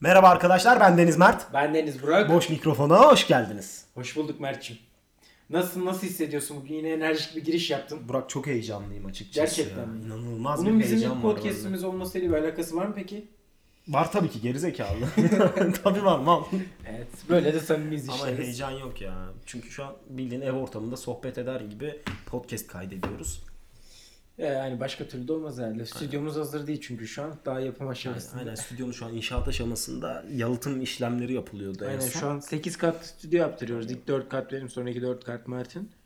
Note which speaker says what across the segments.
Speaker 1: Merhaba arkadaşlar ben Deniz Mert.
Speaker 2: Ben Deniz Burak.
Speaker 1: Boş mikrofona hoş geldiniz.
Speaker 2: Hoş bulduk Mert'ciğim. Nasıl nasıl hissediyorsun? Bugün yine enerjik bir giriş yaptın.
Speaker 1: Burak çok heyecanlıyım açıkçası.
Speaker 2: Gerçekten
Speaker 1: ya.
Speaker 2: mi?
Speaker 1: İnanılmaz
Speaker 2: Bunun
Speaker 1: bir
Speaker 2: bizim
Speaker 1: heyecan
Speaker 2: ilk
Speaker 1: var. bende.
Speaker 2: podcast'imiz olmasıyla bir alakası var mı peki?
Speaker 1: Var tabii ki gerizekalı. tabii var mal.
Speaker 2: Evet. Böyle de samimiyiz
Speaker 1: Ama
Speaker 2: işte.
Speaker 1: heyecan yok ya. Çünkü şu an bildiğin ev ortamında sohbet eder gibi podcast kaydediyoruz.
Speaker 2: Ee, yani başka türlü de olmaz herhalde. Stüdyomuz hazır değil çünkü şu an daha yapım aşamasında.
Speaker 1: Aynen stüdyonun şu an inşaat aşamasında yalıtım işlemleri yapılıyordu. en
Speaker 2: Aynen,
Speaker 1: son.
Speaker 2: şu an 8 kat stüdyo yaptırıyoruz. İlk 4 kat benim sonraki 4 kat Mert'in.
Speaker 1: Aynen,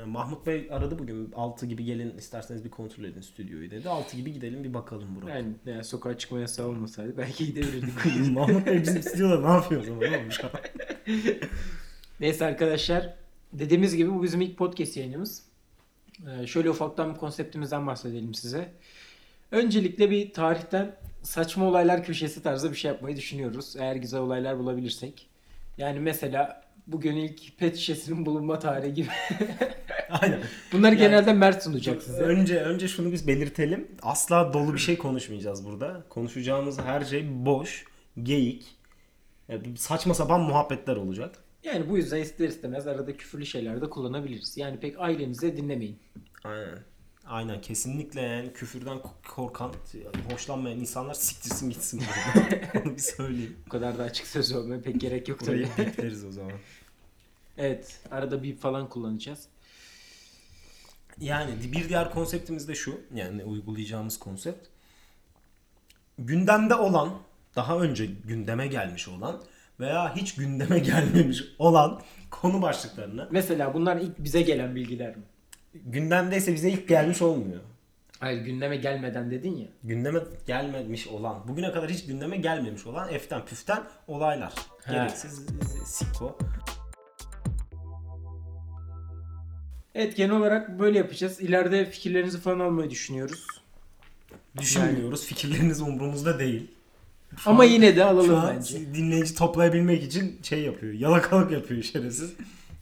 Speaker 1: Ee, Mahmut Bey aradı bugün 6 gibi gelin isterseniz bir kontrol edin stüdyoyu dedi. 6 gibi gidelim bir bakalım Burak.
Speaker 2: Yani, yani sokağa çıkma yasağı olmasaydı belki gidebilirdik.
Speaker 1: Mahmut Bey bizim stüdyoda ne yapıyor o zaman oğlum şu an?
Speaker 2: Neyse arkadaşlar. Dediğimiz gibi bu bizim ilk podcast yayınımız. Ee, şöyle ufaktan bir konseptimizden bahsedelim size. Öncelikle bir tarihten saçma olaylar köşesi tarzı bir şey yapmayı düşünüyoruz. Eğer güzel olaylar bulabilirsek. Yani mesela bugün ilk pet şişesinin bulunma tarihi gibi.
Speaker 1: Aynen.
Speaker 2: Bunları genelde Mert sunacak size.
Speaker 1: Önce önce şunu biz belirtelim. Asla dolu bir şey konuşmayacağız burada. Konuşacağımız her şey boş, geyik, e, saçma sapan muhabbetler olacak.
Speaker 2: Yani bu yüzden ister istemez arada küfürlü şeyler de kullanabiliriz. Yani pek ailenize dinlemeyin.
Speaker 1: Aynen. Aynen kesinlikle yani küfürden korkan, hoşlanmayan insanlar siktirsin gitsin. buradan. Onu bir söyleyeyim.
Speaker 2: Bu kadar da açık söz olmaya pek gerek yok tabii.
Speaker 1: Burayı bekleriz o zaman.
Speaker 2: evet arada bir falan kullanacağız.
Speaker 1: Yani bir diğer konseptimiz de şu. Yani uygulayacağımız konsept. Gündemde olan, daha önce gündeme gelmiş olan veya hiç gündeme gelmemiş olan konu başlıklarını
Speaker 2: Mesela bunlar ilk bize gelen bilgiler mi?
Speaker 1: gündemdeyse bize ilk gelmiş olmuyor.
Speaker 2: Hayır gündeme gelmeden dedin ya.
Speaker 1: Gündeme gelmemiş olan, bugüne kadar hiç gündeme gelmemiş olan eften püften olaylar.
Speaker 2: He.
Speaker 1: Gereksiz e, siko.
Speaker 2: Evet genel olarak böyle yapacağız. İleride fikirlerinizi falan almayı düşünüyoruz.
Speaker 1: Düşünmüyoruz. Fikirleriniz umurumuzda değil.
Speaker 2: Ama yine de
Speaker 1: Şu
Speaker 2: alalım
Speaker 1: an
Speaker 2: bence.
Speaker 1: dinleyici toplayabilmek için şey yapıyor. Yalakalık yapıyor şerefsiz.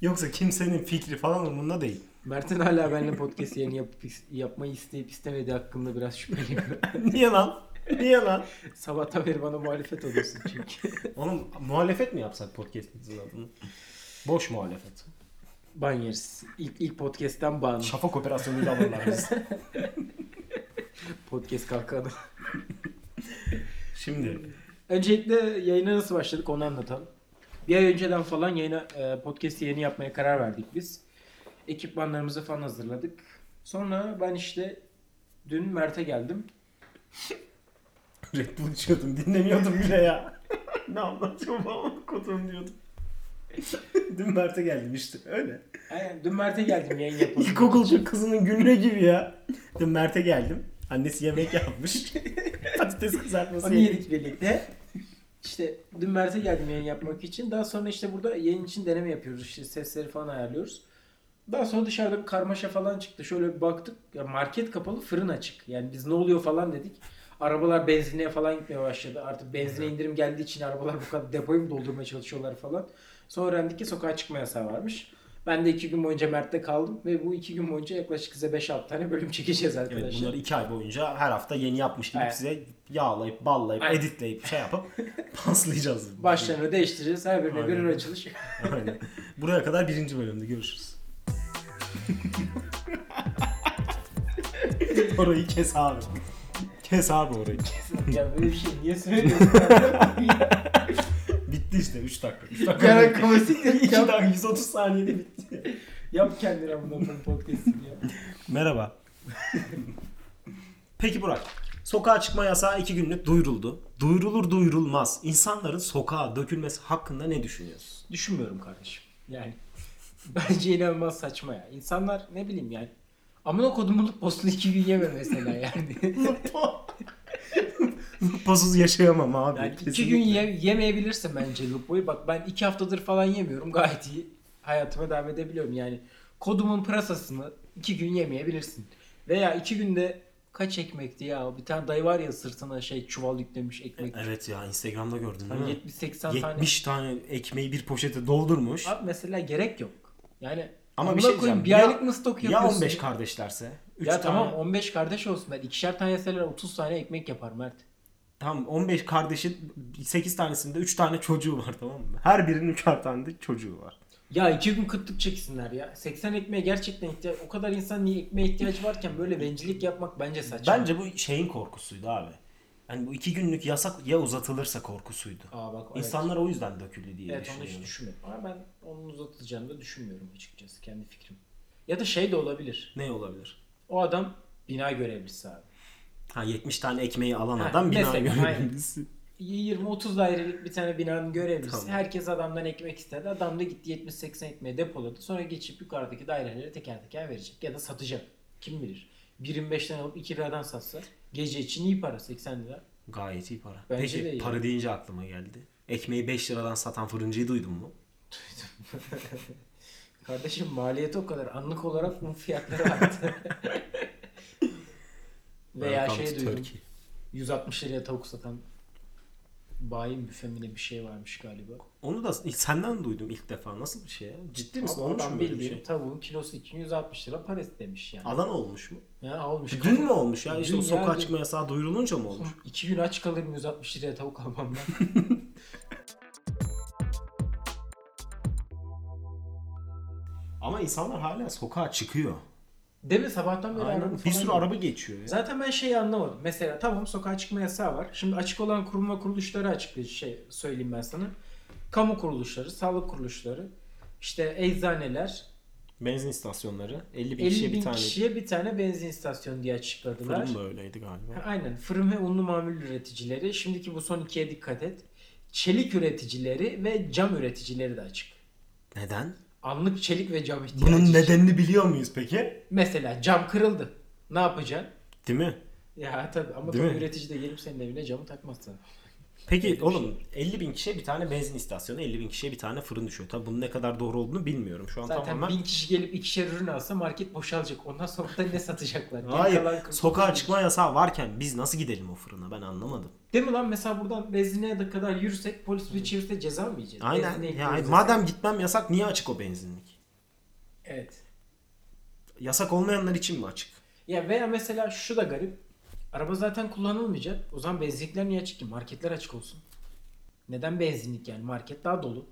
Speaker 1: Yoksa kimsenin fikri falan umurunda değil.
Speaker 2: Mert'in hala benimle podcast yayını yapıp, yapmayı isteyip istemediği hakkında biraz şüpheliyim.
Speaker 1: Niye lan? Niye lan?
Speaker 2: Sabahtan beri bana muhalefet oluyorsun çünkü.
Speaker 1: Oğlum muhalefet mi yapsak podcastimizin adını? Boş muhalefet.
Speaker 2: ban yeriz. İlk, ilk podcast'ten ban.
Speaker 1: Şafak operasyonuyla alırlar bizi.
Speaker 2: Podcast kalkanı.
Speaker 1: Şimdi
Speaker 2: Öncelikle yayına nasıl başladık onu anlatalım. Bir ay önceden falan yayına e, podcast yayını yapmaya karar verdik biz. Ekipmanlarımızı falan hazırladık. Sonra ben işte dün Mert'e geldim.
Speaker 1: Red Bull içiyordum. Dinlemiyordum bile ya. ne anlatacağım ama kodum diyordum. Dün Mert'e geldim işte. Öyle.
Speaker 2: Aynen dün Mert'e geldim yayın yapalım.
Speaker 1: İlkokulcu kızının gününe gibi ya. Dün Mert'e geldim. Annesi yemek yapmış. Patates kızartması
Speaker 2: Onu
Speaker 1: yemiş.
Speaker 2: yedik birlikte. İşte dün Mert'e geldim yayın yapmak için. Daha sonra işte burada yayın için deneme yapıyoruz. İşte sesleri falan ayarlıyoruz. Daha sonra dışarıda bir karmaşa falan çıktı. Şöyle bir baktık. Ya market kapalı, fırın açık. Yani biz ne oluyor falan dedik. Arabalar benzinliğe falan gitmeye başladı. Artık benzine indirim geldiği için arabalar bu kadar depoyu mu doldurmaya çalışıyorlar falan. Sonra öğrendik ki sokağa çıkma yasağı varmış. Ben de iki gün boyunca Mert'te kaldım ve bu iki gün boyunca yaklaşık size 5-6 tane bölüm çekeceğiz arkadaşlar.
Speaker 1: Evet bunları iki ay boyunca her hafta yeni yapmış gibi
Speaker 2: Evet.
Speaker 1: size yağlayıp, ballayıp,
Speaker 2: Aynen.
Speaker 1: editleyip, şey yapıp paslayacağız.
Speaker 2: Başlarını değiştireceğiz. Her birine
Speaker 1: Aynen.
Speaker 2: birer açılış.
Speaker 1: Aynen. Buraya kadar birinci bölümde görüşürüz. orayı kes abi. Kes abi orayı.
Speaker 2: ya böyle bir şey niye söylüyorsun?
Speaker 1: Bitti işte 3 dakika. 3
Speaker 2: Yara
Speaker 1: dakika.
Speaker 2: klasiktir.
Speaker 1: 2
Speaker 2: yap,
Speaker 1: dakika 130 saniyede bitti.
Speaker 2: yap kendine bunu bunun podcast'ini ya.
Speaker 1: Merhaba. Peki Burak. Sokağa çıkma yasağı 2 günlük duyuruldu. Duyurulur duyurulmaz. insanların sokağa dökülmesi hakkında ne düşünüyorsun?
Speaker 2: Düşünmüyorum kardeşim. Yani bence inanılmaz saçma ya. İnsanlar ne bileyim yani. Amına kodumluk postunu iki gün yeme mesela yani.
Speaker 1: Pasız yaşayamam abi.
Speaker 2: yani iki
Speaker 1: kesinlikle.
Speaker 2: gün ye- yemeyebilirsin bence Lupo'yu. Bak ben iki haftadır falan yemiyorum. Gayet iyi hayatıma devam edebiliyorum. Yani kodumun pırasasını iki gün yemeyebilirsin. Veya iki günde kaç ekmekti ya? Bir tane dayı var ya sırtına şey çuval yüklemiş ekmek.
Speaker 1: Evet ya Instagram'da gördün değil
Speaker 2: Hani
Speaker 1: mi?
Speaker 2: 70-80 tane.
Speaker 1: 70 tane ekmeği bir poşete doldurmuş.
Speaker 2: Abi mesela gerek yok. Yani
Speaker 1: Ama
Speaker 2: Amına
Speaker 1: bir şey diyeceğim.
Speaker 2: koyayım, bir
Speaker 1: ya,
Speaker 2: aylık mı stok
Speaker 1: ya
Speaker 2: yapıyorsun?
Speaker 1: 15 kardeşlerse? Üç
Speaker 2: Ya
Speaker 1: tane-
Speaker 2: tamam 15 kardeş olsunlar. İkişer tane yeseler 30 tane ekmek yapar Mert.
Speaker 1: Tamam 15 kardeşin 8 tanesinde 3 tane çocuğu var tamam mı? Her birinin 3'er tane de çocuğu var.
Speaker 2: Ya iki gün kıtlık çeksinler ya. 80 ekmeğe gerçekten ihtiyaç... O kadar insan niye ekmeğe ihtiyaç varken böyle bencillik yapmak bence saçma.
Speaker 1: Bence bu şeyin korkusuydu abi. Yani bu 2 günlük yasak ya uzatılırsa korkusuydu.
Speaker 2: Aa bak evet.
Speaker 1: İnsanlar o yüzden döküldü diye
Speaker 2: Evet onu
Speaker 1: düşünüyorum.
Speaker 2: hiç düşünmüyorum. Ama ben onun uzatılacağını da düşünmüyorum açıkçası. Kendi fikrim. Ya da şey de olabilir.
Speaker 1: Ne olabilir?
Speaker 2: O adam bina görevlisi abi.
Speaker 1: Ha 70 tane ekmeği alan
Speaker 2: Ha,
Speaker 1: adam bina
Speaker 2: mesela,
Speaker 1: görevlisi.
Speaker 2: 20-30 dairelik bir tane binanın görevlisi.
Speaker 1: Tamam.
Speaker 2: Herkes adamdan ekmek istedi. Adam da gitti 70-80 ekmeği depoladı. Sonra geçip yukarıdaki dairelere teker teker verecek. Ya da satacak. Kim bilir. 1.25'ten alıp 2 liradan satsa. Gece için iyi para 80 lira.
Speaker 1: Gayet iyi para.
Speaker 2: Bence
Speaker 1: Peki
Speaker 2: de iyi.
Speaker 1: para deyince aklıma geldi. Ekmeği 5 liradan satan fırıncıyı duydun mu?
Speaker 2: Kardeşim maliyeti o kadar. Anlık olarak un fiyatları arttı. Veya
Speaker 1: Welcome
Speaker 2: şey
Speaker 1: to
Speaker 2: duydum.
Speaker 1: Turkey.
Speaker 2: 160 liraya tavuk satan bayi müfemine bir şey varmış galiba.
Speaker 1: Onu da senden duydum ilk defa. Nasıl bir şey ya? Ciddi misin?
Speaker 2: Ama
Speaker 1: Olmuş
Speaker 2: adam
Speaker 1: mu böyle bir
Speaker 2: bildiğin
Speaker 1: şey?
Speaker 2: Tavuğun kilosu için 160 lira para istemiş yani.
Speaker 1: Alan olmuş mu?
Speaker 2: Ya olmuş.
Speaker 1: Dün mü olmuş ya? İşte
Speaker 2: Dün
Speaker 1: o sokağa
Speaker 2: yani.
Speaker 1: çıkma yasağı duyurulunca mı olmuş?
Speaker 2: İki gün aç kalırım 160 liraya tavuk almam ben.
Speaker 1: Ama insanlar hala sokağa çıkıyor.
Speaker 2: Değil mi? Sabahtan beri araba
Speaker 1: Aynen. Bir
Speaker 2: falan
Speaker 1: sürü
Speaker 2: yok.
Speaker 1: araba geçiyor ya.
Speaker 2: Zaten ben şeyi anlamadım. Mesela tamam sokağa çıkma yasağı var. Şimdi açık olan kurum ve kuruluşları açıklayıcı şey söyleyeyim ben sana. Kamu kuruluşları, sağlık kuruluşları, işte eczaneler,
Speaker 1: Benzin istasyonları 50 bin
Speaker 2: 50
Speaker 1: kişiye
Speaker 2: bin
Speaker 1: bir tane
Speaker 2: kişiye bir tane benzin istasyonu diye açıkladılar.
Speaker 1: fırın da öyleydi galiba.
Speaker 2: Ha, Aynen. Fırın ve unlu mamul üreticileri. Şimdiki bu son ikiye dikkat et. Çelik üreticileri ve cam üreticileri de açık.
Speaker 1: Neden?
Speaker 2: Anlık çelik ve cam ihtiyacı.
Speaker 1: Bunun
Speaker 2: için.
Speaker 1: nedenini biliyor muyuz peki?
Speaker 2: Mesela cam kırıldı. Ne yapacaksın?
Speaker 1: Değil mi?
Speaker 2: Ya tabii ama
Speaker 1: Değil
Speaker 2: tabii
Speaker 1: mi?
Speaker 2: üretici de gelip senin evine camı takmaz sana.
Speaker 1: Peki oğlum 50 bin kişiye bir tane benzin istasyonu, 50 bin kişiye bir tane fırın düşüyor. Tabii bunun ne kadar doğru olduğunu bilmiyorum. Şu an
Speaker 2: Zaten
Speaker 1: tamamen...
Speaker 2: bin kişi gelip ikişer ürün alsa market boşalacak. Ondan sonra da ne satacaklar? Geri kalan
Speaker 1: Hayır.
Speaker 2: kırk-
Speaker 1: Sokağa çıkma yasağı varken biz nasıl gidelim o fırına? Ben anlamadım.
Speaker 2: Değil mi lan mesela buradan benzinliğe de kadar yürüsek polis bir çevirse ceza mı yiyeceğiz?
Speaker 1: Aynen.
Speaker 2: Benzinliğe
Speaker 1: Ya,
Speaker 2: gidiyoruz
Speaker 1: madem gitmem yasak niye açık o benzinlik?
Speaker 2: desek. Evet.
Speaker 1: Yasak olmayanlar için mi açık?
Speaker 2: Ya veya mesela şu da garip. Araba zaten kullanılmayacak. O zaman benzinlikler niye açık ki? Marketler açık olsun. Neden benzinlik yani? Market daha dolu.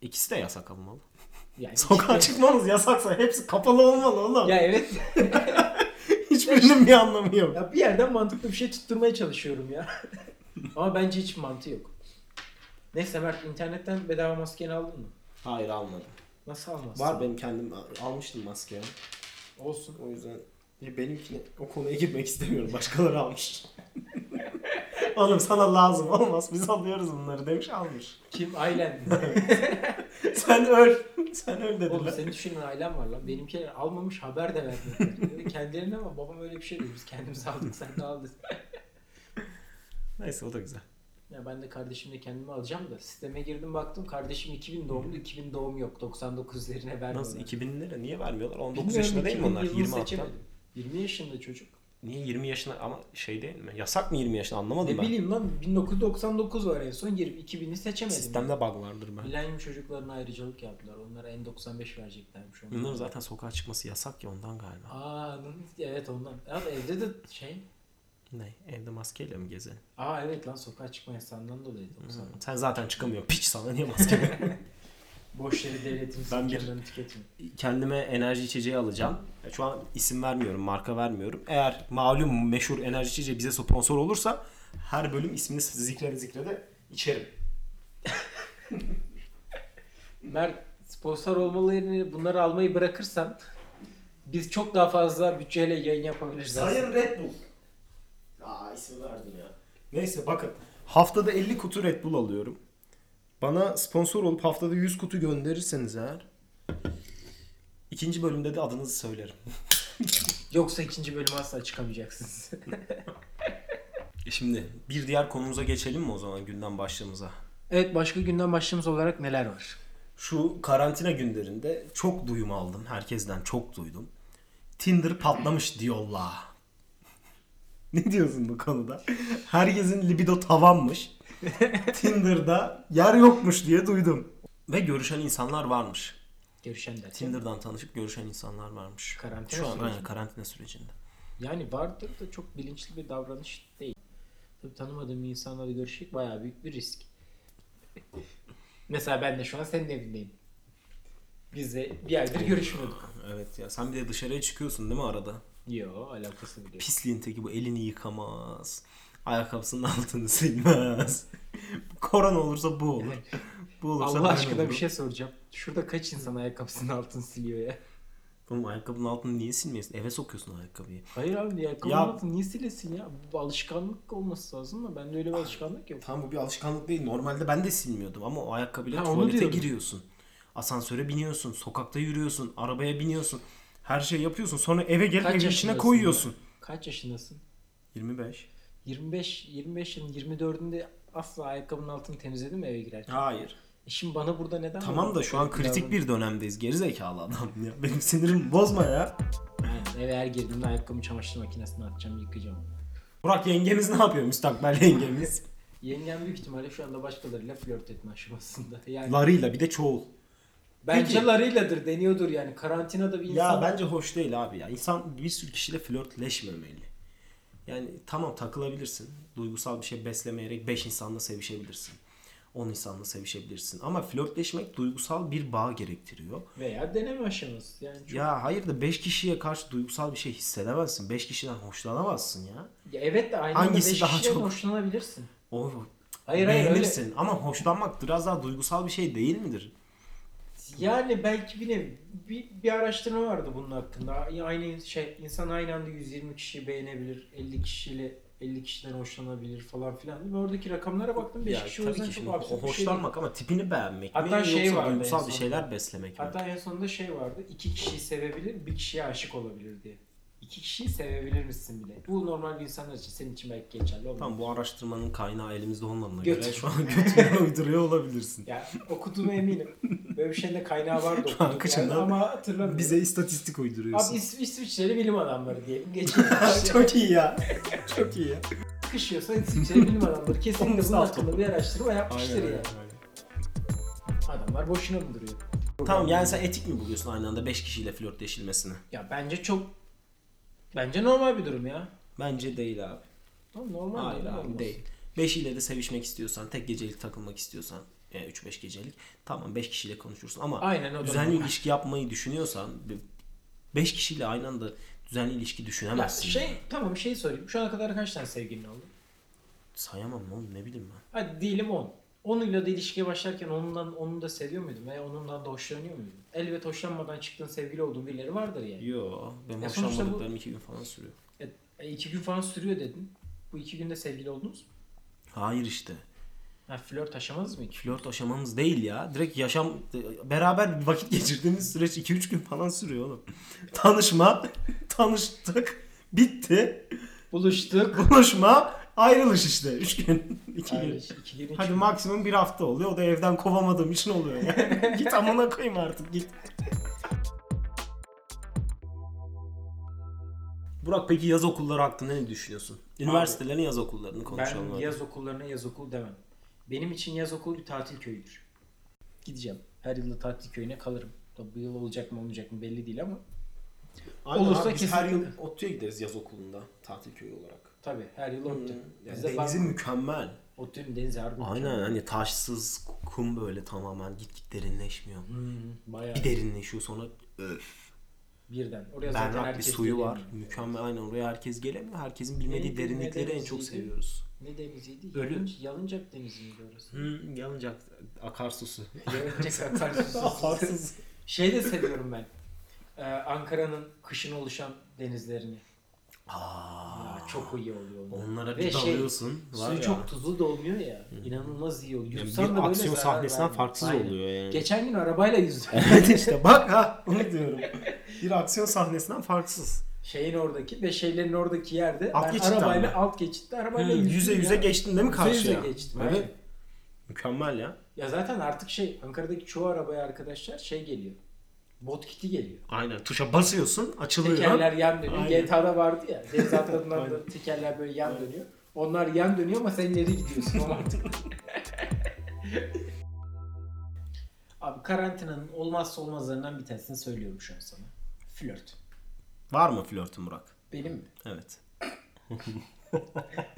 Speaker 1: İkisi de yasak olmalı.
Speaker 2: Yani
Speaker 1: Sokağa
Speaker 2: işte-
Speaker 1: çıkmamız yasaksa hepsi kapalı olmalı oğlum.
Speaker 2: Ya evet.
Speaker 1: Hiçbirinin bir anlamı yok.
Speaker 2: ya bir yerden mantıklı bir şey tutturmaya çalışıyorum ya. Ama bence hiç mantığı yok. Neyse Mert internetten bedava maskeni aldın mı?
Speaker 1: Hayır almadım.
Speaker 2: Nasıl almazsın?
Speaker 1: Var benim kendim al- almıştım maskemi.
Speaker 2: Olsun.
Speaker 1: O yüzden ya benimkine o konuya girmek istemiyorum. Başkaları almış. Oğlum sana lazım olmaz. Biz alıyoruz bunları demiş almış.
Speaker 2: Kim? Ailen.
Speaker 1: Sen öl. Sen öl
Speaker 2: Oğlum
Speaker 1: dediler.
Speaker 2: senin düşünün ailen var lan. Benimkiler almamış haber de vermediler. Kendilerine ama babam öyle bir şey diyor. Biz kendimiz aldık sen de aldın.
Speaker 1: Neyse o da güzel.
Speaker 2: Ya ben de kardeşimle kendimi alacağım da sisteme girdim baktım kardeşim 2000 doğumlu 2000 doğum yok 99'larına vermiyorlar.
Speaker 1: Nasıl 2000'lere niye vermiyorlar? 19
Speaker 2: Bilmiyorum,
Speaker 1: yaşında değil mi
Speaker 2: 2000
Speaker 1: onlar?
Speaker 2: yılını
Speaker 1: 20 hatta.
Speaker 2: seçemedim. 20 yaşında çocuk.
Speaker 1: Niye 20 yaşına ama şey değil mi? Yasak mı 20 yaşına anlamadım
Speaker 2: Ne
Speaker 1: ben.
Speaker 2: bileyim lan 1999 var en son 20 2000'i seçemedim.
Speaker 1: Sistemde bug vardır ben.
Speaker 2: Milenyum çocuklarına ayrıcalık yaptılar. Onlara N95 vereceklermiş. onlar.
Speaker 1: Bunların zaten sokağa çıkması yasak ya ondan galiba.
Speaker 2: Aa anladım. evet ondan. Abi evde de şey.
Speaker 1: Ne? Evde maskeyle mi gezelim?
Speaker 2: Aa evet lan sokağa çıkma yasağından dolayı 90.
Speaker 1: Sen zaten çıkamıyorsun. Piç sana niye maske?
Speaker 2: Boş yere devletin
Speaker 1: Ben
Speaker 2: ben
Speaker 1: bir-
Speaker 2: bir... tüketimi.
Speaker 1: Kendime enerji içeceği alacağım. Şu an isim vermiyorum, marka vermiyorum. Eğer malum meşhur enerji içeceği bize sponsor olursa her bölüm ismini zikrede zikrede içerim.
Speaker 2: Mert sponsor olmalı yerine bunları almayı bırakırsan biz çok daha fazla bütçeyle yayın yapabiliriz. aslında.
Speaker 1: Sayın Red Bull. Aa ismi verdim ya. Neyse bakın. Haftada 50 kutu Red Bull alıyorum. Bana sponsor olup haftada 100 kutu gönderirseniz eğer ikinci bölümde de adınızı söylerim.
Speaker 2: Yoksa ikinci bölümü asla çıkamayacaksınız.
Speaker 1: Şimdi bir diğer konumuza geçelim mi o zaman günden başlığımıza?
Speaker 2: evet başka günden başlığımız olarak neler var?
Speaker 1: Şu karantina günlerinde çok duyum aldım. Herkesten çok duydum. Tinder patlamış diyorlar. ne diyorsun bu konuda? Herkesin libido tavanmış. Tinder'da yer yokmuş diye duydum. Ve görüşen insanlar varmış.
Speaker 2: Görüşen derken.
Speaker 1: Tinder'dan tanışıp görüşen insanlar varmış.
Speaker 2: Karantina
Speaker 1: Şu an
Speaker 2: sürecinde.
Speaker 1: aynen karantina sürecinde.
Speaker 2: Yani vardır da çok bilinçli bir davranış değil. Tabii tanımadığım insanlarla görüşmek bayağı büyük bir risk. Mesela ben de şu an senin evindeyim. Biz de bir aydır görüşmüyorduk.
Speaker 1: Evet ya sen bir de dışarıya çıkıyorsun değil mi arada?
Speaker 2: Yo alakası bile yok.
Speaker 1: Pisliğin teki bu elini yıkamaz. Ayakkabısının altını silmez. Korona olursa bu olur. Bu olursa
Speaker 2: Allah
Speaker 1: ben
Speaker 2: aşkına
Speaker 1: olurum.
Speaker 2: bir şey soracağım. Şurada kaç insan ayakkabısının altını siliyor ya?
Speaker 1: Oğlum ayakkabının altını niye silmiyorsun? Eve sokuyorsun ayakkabıyı.
Speaker 2: Hayır abi ayakkabının
Speaker 1: Ya-
Speaker 2: altını niye silesin ya? Bu alışkanlık olması lazım da bende öyle bir alışkanlık yok.
Speaker 1: Tam bu bir alışkanlık değil. Normalde ben de silmiyordum ama o ayakkabıyla
Speaker 2: Ha, onu
Speaker 1: tuvalete
Speaker 2: diyorum.
Speaker 1: giriyorsun. Asansöre biniyorsun, sokakta yürüyorsun, arabaya biniyorsun. Her şey yapıyorsun. Sonra eve gelip evin içine
Speaker 2: yaşındasın
Speaker 1: koyuyorsun.
Speaker 2: ya? Kaç yaşındasın?
Speaker 1: 25.
Speaker 2: 25, 25 yılın 24'ünde asla ayakkabının altını temizledin mi eve girerken?
Speaker 1: Hayır.
Speaker 2: E Şimdi bana burada neden...
Speaker 1: Tamam da şu an kritik bir dönemdeyiz. Gerizekalı adam ya. Benim sinirimi bozma ya.
Speaker 2: Aynen, eve her girdiğimde ayakkabımı çamaşır makinesine atacağım, yıkayacağım.
Speaker 1: Burak yengemiz ne yapıyor müstakbel yengemiz?
Speaker 2: Yengem büyük ihtimalle şu anda başkalarıyla flört etme aşamasında. Yani
Speaker 1: Larıyla bir de çoğul.
Speaker 2: bence
Speaker 1: Peki.
Speaker 2: larıyladır deniyordur yani. Karantinada bir insan...
Speaker 1: Ya bence hoş değil abi ya. İnsan bir sürü kişiyle flörtleşmemeli. Yani tamam takılabilirsin. Duygusal bir şey beslemeyerek 5 insanla sevişebilirsin. 10 insanla sevişebilirsin. Ama flörtleşmek duygusal bir bağ gerektiriyor.
Speaker 2: Veya deneme aşaması. Yani çok-
Speaker 1: Ya hayır da 5 kişiye karşı duygusal bir şey hissedemezsin. 5 kişiden hoşlanamazsin ya.
Speaker 2: Ya evet de aynı
Speaker 1: Hangisi
Speaker 2: anda beş
Speaker 1: daha
Speaker 2: kişiden
Speaker 1: çok?
Speaker 2: hoşlanabilirsin.
Speaker 1: O
Speaker 2: Hayır, hayır,
Speaker 1: beğenirsin. Ama hoşlanmak biraz daha duygusal bir şey değil midir?
Speaker 2: Yani belki bir nevi bir, bir araştırma vardı bunun hakkında. Aynı şey insan aynı anda 120 kişiyi beğenebilir, 50 kişiyle 50 kişiden hoşlanabilir falan filan. Ben oradaki rakamlara baktım 5
Speaker 1: Ya
Speaker 2: kişi o yüzden
Speaker 1: şimdi
Speaker 2: çok absürt bir şey değil.
Speaker 1: hoşlanmak ama tipini beğenmek
Speaker 2: Hatta
Speaker 1: mi
Speaker 2: şey
Speaker 1: yoksa
Speaker 2: vardı en
Speaker 1: duygusal
Speaker 2: son.
Speaker 1: bir şeyler beslemek mi?
Speaker 2: Hatta en sonunda şey vardı. iki kişiyi sevebilir, bir kişiye aşık olabilir diye. İki kişiyi sevebilir misin bile. Bu normal bir insanlar için. Senin için belki geçerli olmaz.
Speaker 1: Tamam bu araştırmanın kaynağı elimizde olmadığına
Speaker 2: Göt.
Speaker 1: göre şu an götüne uyduruyor olabilirsin.
Speaker 2: Ya okuduğuma eminim. Böyle bir şeyin de kaynağı vardı
Speaker 1: Şu an
Speaker 2: okuduğum yerde
Speaker 1: kıçından
Speaker 2: ama hatırlamıyorum.
Speaker 1: Bize istatistik
Speaker 2: Abi
Speaker 1: uyduruyorsun.
Speaker 2: İs- İsviçreli bilim adamları diyelim. Geçelim.
Speaker 1: Çok iyi ya. Çok iyi ya.
Speaker 2: sıkışıyorsa İsviçre bilim adamları kesinlikle bunun
Speaker 1: Omuzdan
Speaker 2: hakkında
Speaker 1: topu.
Speaker 2: bir araştırma yapmıştır ya.
Speaker 1: öyle.
Speaker 2: Adamlar boşuna mı duruyor?
Speaker 1: Tamam yani sen etik mi buluyorsun aynı anda 5 kişiyle flörtleşilmesini?
Speaker 2: Ya bence çok bence normal bir durum ya.
Speaker 1: Bence değil abi.
Speaker 2: Tamam normal
Speaker 1: Hayır
Speaker 2: değil,
Speaker 1: abi
Speaker 2: olmaz.
Speaker 1: değil. 5 ile de sevişmek istiyorsan, tek gecelik takılmak istiyorsan, yani 3-5 gecelik tamam 5 kişiyle konuşursun ama
Speaker 2: Aynen o da
Speaker 1: düzenli
Speaker 2: normal.
Speaker 1: ilişki yapmayı düşünüyorsan 5 kişiyle aynı anda düzenli ilişki
Speaker 2: Ya
Speaker 1: düşünemezsin.
Speaker 2: şey tamam şey sorayım. Şu ana kadar kaç tane sevgilin oldu?
Speaker 1: Sayamam oğlum ne bileyim ben.
Speaker 2: Hadi diyelim 10. Onunla da ilişkiye başlarken onundan onu da seviyor muydun veya onundan da hoşlanıyor muydun? Elbet hoşlanmadan çıktığın sevgili olduğun birileri vardır yani.
Speaker 1: Yo benim
Speaker 2: Ya sonuçta bu-
Speaker 1: hoşlanmadıklarım 2 gün falan sürüyor.
Speaker 2: E, E, iki gün falan sürüyor dedin. Bu iki günde sevgili oldunuz mu?
Speaker 1: Hayır işte.
Speaker 2: Ha, flört aşamanız mı hiç?
Speaker 1: Flört aşamamız değil ya. Direkt yaşam beraber vakit geçirdiğimiz süreç 2-3 gün falan sürüyor oğlum. Tanışma, tanıştık, bitti.
Speaker 2: Buluştuk.
Speaker 1: Buluşma, ayrılış işte. 3 gün, 2
Speaker 2: Hayır,
Speaker 1: gün.
Speaker 2: iki gün, üç
Speaker 1: Hadi
Speaker 2: gün.
Speaker 1: maksimum bir hafta oluyor. O da evden kovamadığım için oluyor yani. git amına koyayım artık git. Burak peki yaz okulları hakkında ne düşünüyorsun? Üniversitelerin yaz okullarını konuşalım.
Speaker 2: Ben
Speaker 1: hadi.
Speaker 2: yaz okullarına yaz okul demem. Benim için yaz okulu bir tatil köyüdür. Gideceğim. Her yıl da tatil köyüne kalırım. Tabii bu yıl olacak mı olmayacak mı belli değil ama
Speaker 1: Aynen
Speaker 2: Olursa
Speaker 1: abi, biz her yıl
Speaker 2: kesinlikle.
Speaker 1: ODTÜ'ye gideriz yaz okulunda tatil köyü olarak.
Speaker 2: tabii her yıl ODTÜ.
Speaker 1: Yani
Speaker 2: Bize
Speaker 1: denizi
Speaker 2: bak-
Speaker 1: mükemmel.
Speaker 2: ODTÜ'nün denizi harbi.
Speaker 1: Aynen hani taşsız kum böyle tamamen git git derinleşmiyor.
Speaker 2: Hmm, bayağı.
Speaker 1: Bir derinleşiyor sonra öf.
Speaker 2: Birden. Oraya zaten
Speaker 1: Berrak bir
Speaker 2: herkes
Speaker 1: suyu
Speaker 2: geliyor.
Speaker 1: var. Mükemmel aynen oraya herkes gelemiyor. Herkesin bilmediği
Speaker 2: Neydi,
Speaker 1: derinlikleri
Speaker 2: ne
Speaker 1: en çok
Speaker 2: deniziydi?
Speaker 1: seviyoruz.
Speaker 2: Ne deniziydi?
Speaker 1: Ölü.
Speaker 2: Yalınca, Yalıncak denizi miydi orası?
Speaker 1: Hmm, yalıncak akarsusu.
Speaker 2: Yalıncak akarsusu. şey de seviyorum ben. Ee, Ankara'nın kışın oluşan denizlerini.
Speaker 1: Aa,
Speaker 2: Aa, çok iyi oluyor. onlar.
Speaker 1: onlara
Speaker 2: Ve
Speaker 1: bir
Speaker 2: şey,
Speaker 1: dalıyorsun. var
Speaker 2: Suyu
Speaker 1: ya.
Speaker 2: çok tuzlu da olmuyor ya. İnanılmaz iyi oluyor.
Speaker 1: Yani
Speaker 2: Yutsan
Speaker 1: bir
Speaker 2: da böyle
Speaker 1: aksiyon
Speaker 2: zarar
Speaker 1: sahnesinden
Speaker 2: vermiyor.
Speaker 1: farksız oluyor yani.
Speaker 2: Geçen gün arabayla yüzdüm.
Speaker 1: evet işte bak ha onu diyorum. Bir aksiyon sahnesinden farksız.
Speaker 2: Şeyin oradaki ve şeylerin oradaki yerde
Speaker 1: Alt
Speaker 2: ben
Speaker 1: geçitten
Speaker 2: arabayla
Speaker 1: mi?
Speaker 2: alt geçitte arabayla
Speaker 1: Hmm,
Speaker 2: yüzdüm
Speaker 1: yüze
Speaker 2: ya.
Speaker 1: yüze geçtin değil mi
Speaker 2: Yüze yüze
Speaker 1: karşıya?
Speaker 2: geçtim,
Speaker 1: Evet.
Speaker 2: aynen.
Speaker 1: Mükemmel ya.
Speaker 2: Ya zaten artık şey Ankara'daki çoğu arabaya arkadaşlar şey geliyor. Bot kiti geliyor.
Speaker 1: Aynen tuşa basıyorsun açılıyor.
Speaker 2: Tekerler yan dönüyor.
Speaker 1: Aynen.
Speaker 2: GTA'da vardı ya. Deniz atladığından da
Speaker 1: Aynen.
Speaker 2: tekerler böyle yan dönüyor. Onlar yan dönüyor ama sen ileri gidiyorsun o artık. Abi karantinanın olmazsa olmazlarından bir tanesini söylüyorum şu an sana. Flört.
Speaker 1: Var mı flörtün Burak?
Speaker 2: Benim mi?
Speaker 1: Evet.